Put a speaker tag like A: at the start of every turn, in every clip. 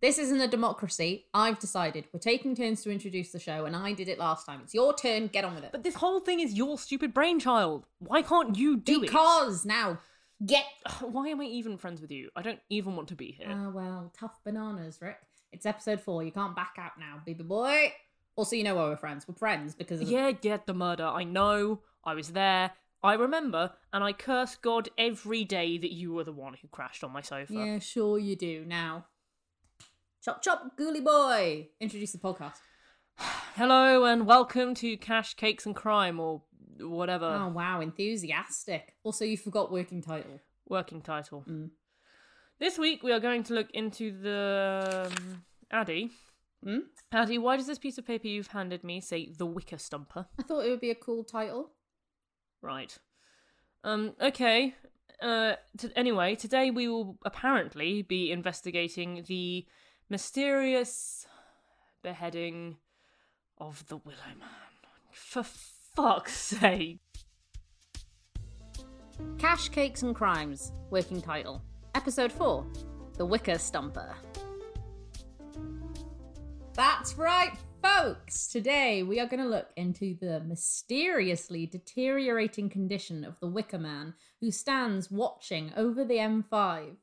A: This isn't a democracy. I've decided. We're taking turns to introduce the show, and I did it last time. It's your turn. Get on with it.
B: But this whole thing is your stupid brainchild. Why can't you do it?
A: because now, get.
B: Because why am I even friends with you? I don't even want to be here.
A: Ah, well, tough bananas, Rick. It's episode four. You can't back out now, baby boy. Also, you know why we're friends. We're friends because of
B: yeah, yeah, the murder. I know. I was there. I remember, and I curse God every day that you were the one who crashed on my sofa.
A: Yeah, sure you do. Now, chop chop, ghoulie boy. Introduce the podcast.
B: Hello and welcome to Cash, Cakes and Crime, or whatever
A: oh wow, enthusiastic. Also, you forgot working title.
B: working title.
A: Mm.
B: This week we are going to look into the um, Addy.
A: Hmm?
B: Addy, why does this piece of paper you've handed me say the wicker stumper?
A: I thought it would be a cool title.
B: Right. Um. Okay. Uh. T- anyway, today we will apparently be investigating the mysterious beheading of the Willow Man. For fuck's sake!
A: Cash, Cakes and Crimes, working title. Episode 4 The Wicker Stumper. That's right, folks! Today we are going to look into the mysteriously deteriorating condition of the Wicker Man who stands watching over the M5.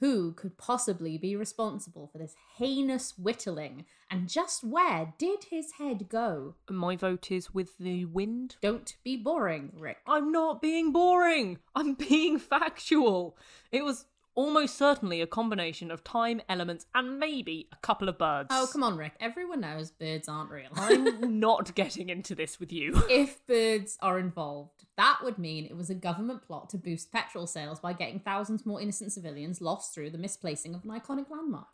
A: Who could possibly be responsible for this heinous whittling, and just where did his head go?
B: My vote is with the wind.
A: Don't be boring, Rick.
B: I'm not being boring. I'm being factual. It was almost certainly a combination of time, elements, and maybe a couple of birds.
A: Oh, come on, Rick. Everyone knows birds aren't real.
B: I'm not getting into this with you.
A: if birds are involved, that would mean it was a government plot to boost petrol sales by getting thousands more innocent civilians lost through the misplacing of an iconic landmark.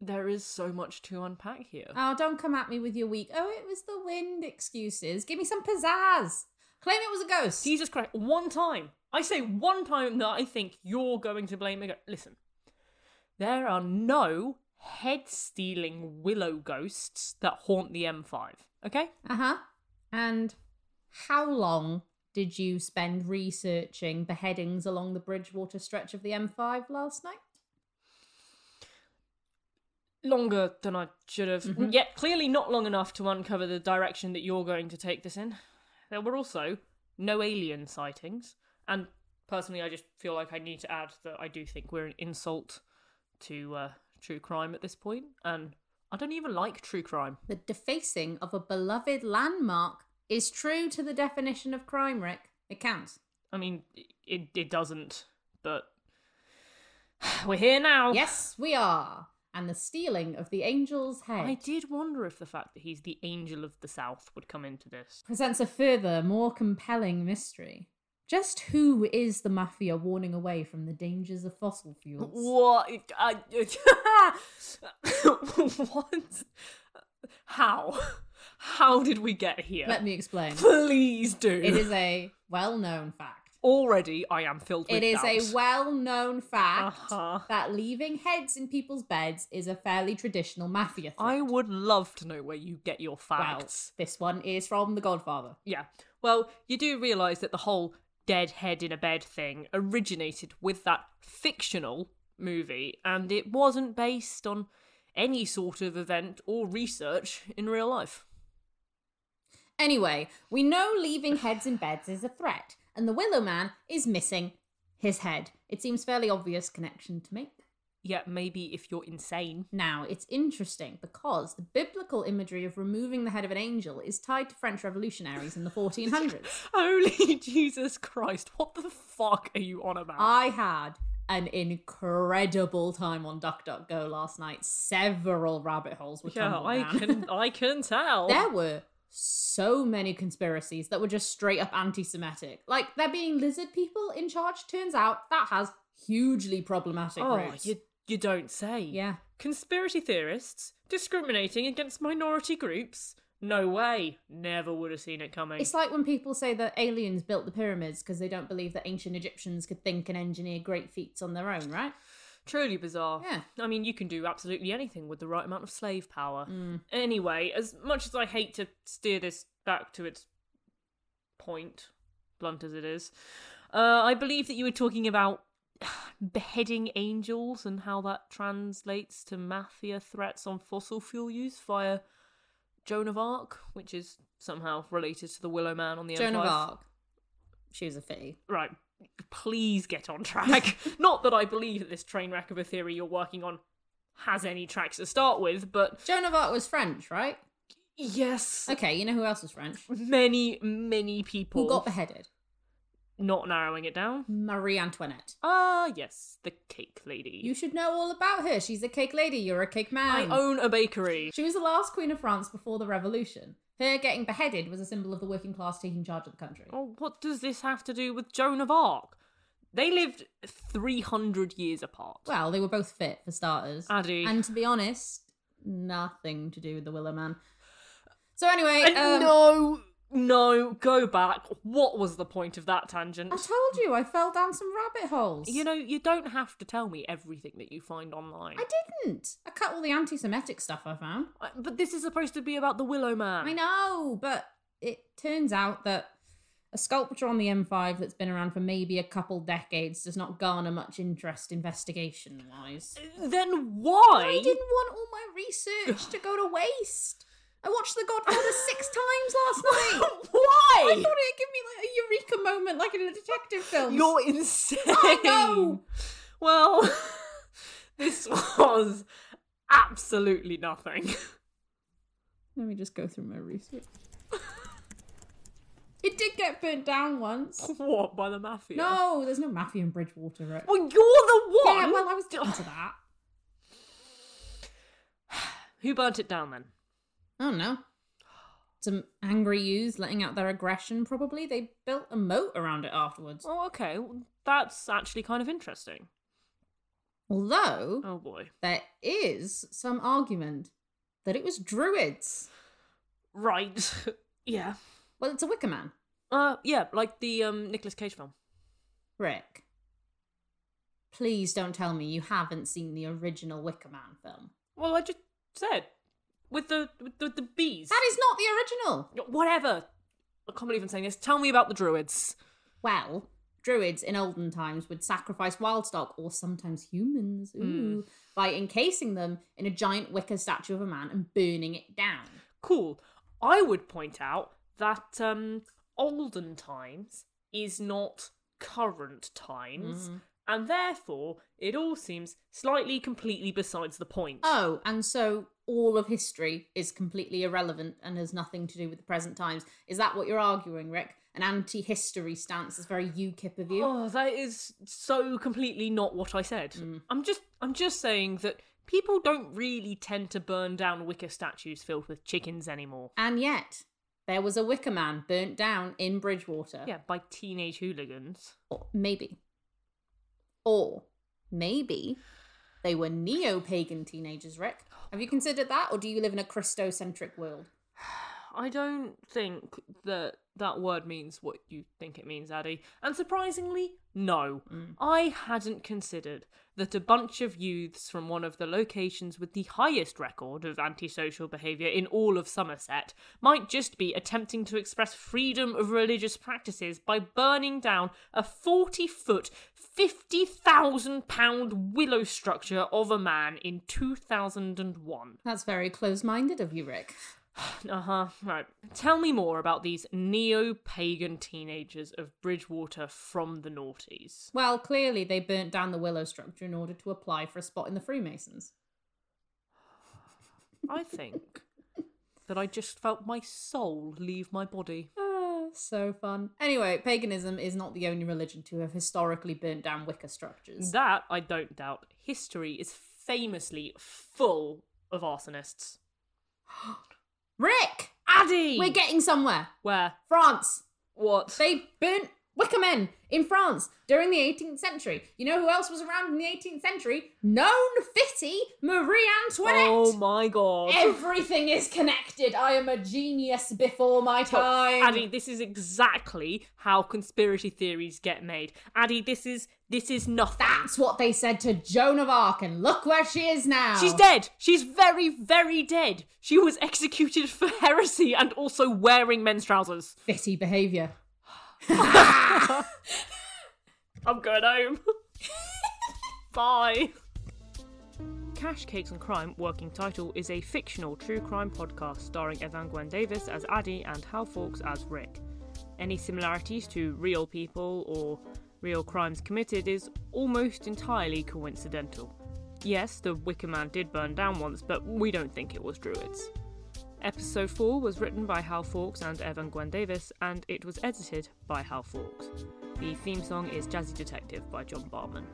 B: There is so much to unpack here.
A: Oh, don't come at me with your weak, oh, it was the wind excuses. Give me some pizzazz. Claim it was a ghost.
B: Jesus Christ, one time. I say one time that I think you're going to blame a ghost. Listen, there are no head stealing willow ghosts that haunt the M5, okay?
A: Uh huh. And how long did you spend researching beheadings along the Bridgewater stretch of the M5 last night?
B: Longer than I should have. Yet clearly not long enough to uncover the direction that you're going to take this in. There were also no alien sightings. And personally, I just feel like I need to add that I do think we're an insult to uh, true crime at this point, And I don't even like true crime.
A: The defacing of a beloved landmark is true to the definition of crime, Rick. It counts.
B: I mean, it it doesn't, but we're here now.
A: Yes, we are. And the stealing of the angel's head
B: I did wonder if the fact that he's the angel of the south would come into this.
A: presents a further, more compelling mystery. Just who is the mafia warning away from the dangers of fossil fuels?
B: What? I, what? How? How did we get here?
A: Let me explain.
B: Please do.
A: it is a well known fact.
B: already. I am filled with
A: It is
B: doubt.
A: a well known fact
B: Uh-huh.
A: that leaving heads in people's beds is a fairly traditional mafia thing.
B: I would love to know where you get your facts.
A: This one is from The Godfather.
B: Yeah. Well, you do realise that the whole dead head in a bed thing originated with that fictional movie, and it wasn't based on any sort of event or research in real life.
A: Anyway, we know leaving heads in beds is a threat, and the Willow Man is missing his head. It seems fairly obvious connection to make.
B: Yet maybe if you're insane.
A: Now, it's interesting because the biblical imagery of removing the head of an angel is tied to French revolutionaries in the 1400s.
B: Holy Jesus Christ, what the fuck are you on about?
A: I had an incredible time on DuckDuckGo last night. Several rabbit holes were
B: yeah,
A: tumbled
B: I
A: down.
B: can I can tell.
A: there were so many conspiracies that were just straight up anti-Semitic. Like there being lizard people in charge. Turns out that has hugely problematic
B: oh,
A: roots.
B: you you don't say.
A: Yeah,
B: Conspiracy theorists discriminating against minority groups? No way. Never would have seen it coming.
A: it's like when people say that aliens built the pyramids because they don't believe that ancient Egyptians could think and engineer great feats on their own, right?
B: Truly bizarre.
A: Yeah.
B: I mean, you can do absolutely anything with the right amount of slave power.
A: Mm.
B: Anyway, as much as I hate to steer this back to its point, blunt as it is, uh, I believe that you were talking about beheading angels and how that translates to mafia threats on fossil fuel use via Joan of Arc, which is somehow related to the Willow Man on the
A: Joan of
B: M5.
A: Arc. She was a fitty.
B: Right, please get on track. Not that I believe that this train wreck of a theory you're working on has any tracks to start with, but
A: Joan of Arc was French, right?
B: yes,
A: Okay, you know who else was French?
B: many, many people
A: Who got beheaded?
B: not narrowing it down.
A: Marie Antoinette.
B: Ah, yes, the cake lady.
A: You should know all about her. She's a cake lady. You're a cake
B: I
A: man.
B: own a bakery.
A: She was the last queen of France before the revolution. Her getting beheaded was a symbol of the working class taking charge of the country.
B: Oh, what does this have to do with Joan of Arc? They lived 300 years apart.
A: Well, they were both fit for starters.
B: Addy.
A: And to be honest, nothing to do with the Willow Man. So anyway,
B: And
A: um,
B: no, no, go back. What was the point of that tangent?
A: I told you I fell down some rabbit holes.
B: You know, you don't have to tell me everything that you find online.
A: I didn't. I cut all the anti-Semitic stuff I found.
B: I- but this is supposed to be about the Willow Man.
A: I know, but it turns out that a sculpture on the M5 that's been around for maybe a couple decades does not garner much interest investigation-wise.
B: Then
A: I
B: why?
A: didn't want all my research to go to waste. I watched The Godfather six times last night. I
B: why?
A: thought it'd give me like a eureka moment, like in a detective film.
B: You're insane.
A: I know.
B: Well, this was absolutely nothing.
A: Let me just go through my research. it did get burnt down once.
B: What by the mafia?
A: No, there's no mafia in Bridgewater, right?
B: Well, you're the one.
A: yeah, well, I was getting to that.
B: Who burnt it down then?
A: I don't know. Some angry youths letting out their aggression, probably. They built a moat around it afterwards.
B: Oh, okay. well, That's actually kind of interesting.
A: Although,
B: Oh boy.
A: there is some argument that it was druids.
B: Right. yeah.
A: Well, it's a Wicker Man,
B: Uh, yeah, like the um Nicolas Cage film.
A: Rick. Please don't tell me you haven't seen the original Wicker Man film.
B: Well, I just said with the with the, with the bees.
A: That is not the original.
B: Whatever. I can't believe I'm saying this. Tell me about the druids.
A: Well, druids in olden times would sacrifice wild stock, or sometimes humans, ooh, by encasing them in a giant wicker statue of a man and burning it down.
B: Cool. I would point out that um olden times is not current times. And therefore, it all seems slightly completely besides the point.
A: Oh, and so all of history is completely irrelevant and has nothing to do with the present times. Is that what you're arguing, Rick? An anti history stance is very UKIP of you.
B: Oh, that is so completely not what I said. I'm just I'm just saying that people don't really tend to burn down wicker statues filled with chickens anymore.
A: And yet, there was a wicker man burnt down in Bridgewater.
B: Yeah, by teenage hooligans.
A: Or maybe. Or maybe they were neo pagan teenagers, Rick. Have you considered that, or do you live in a Christocentric world?
B: I don't think that that word means what you think it means, Addy. And surprisingly, no. I hadn't considered that a bunch of youths from one of the locations with the highest record of antisocial behaviour in all of Somerset might just be attempting to express freedom of religious practices by burning down a 40 foot, 50,000 pound willow structure of a man in 2001.
A: That's very close minded of you, Rick.
B: Uh huh. Right. Tell me more about these neo pagan teenagers of Bridgewater from the noughties.
A: Well, clearly they burnt down the willow structure in order to apply for a spot in the Freemasons.
B: I think that I just felt my soul leave my body.
A: Ah, so fun. Anyway, paganism is not the only religion to have historically burnt down wicker structures.
B: That I don't doubt. History is famously full of arsonists.
A: Rick!
B: Addy!
A: We're getting somewhere.
B: Where?
A: France!
B: What?
A: They burnt wicker men in France during the 18th century. You know who else was around in the 18th century? Known fitty Marie Antoinette.
B: oh my god.
A: Everything is connected. I am a genius before my time.
B: Addy, this is exactly how conspiracy theories get made. Addy, this is this is nothing.
A: That's what they said to Joan of Arc, and look where she is now.
B: She's dead. She's very, very dead. She was executed for heresy and also wearing men's trousers.
A: Fitty behaviour.
B: I'm going home. Bye. Cash, Cakes and Crime, working title, is a fictional true crime podcast starring Evan Gwen Davis as Addie and Hal Fawkes as Rick. Any similarities to real people or real crimes committed is almost entirely coincidental. Yes, the Wicker Man did burn down once, but we don't think it was druids. Episode 4 was written by Hal Fawkes and Evan Gwen Davis, and it was edited by Hal Fawkes. The theme song is Jazzy Detective by John Barman.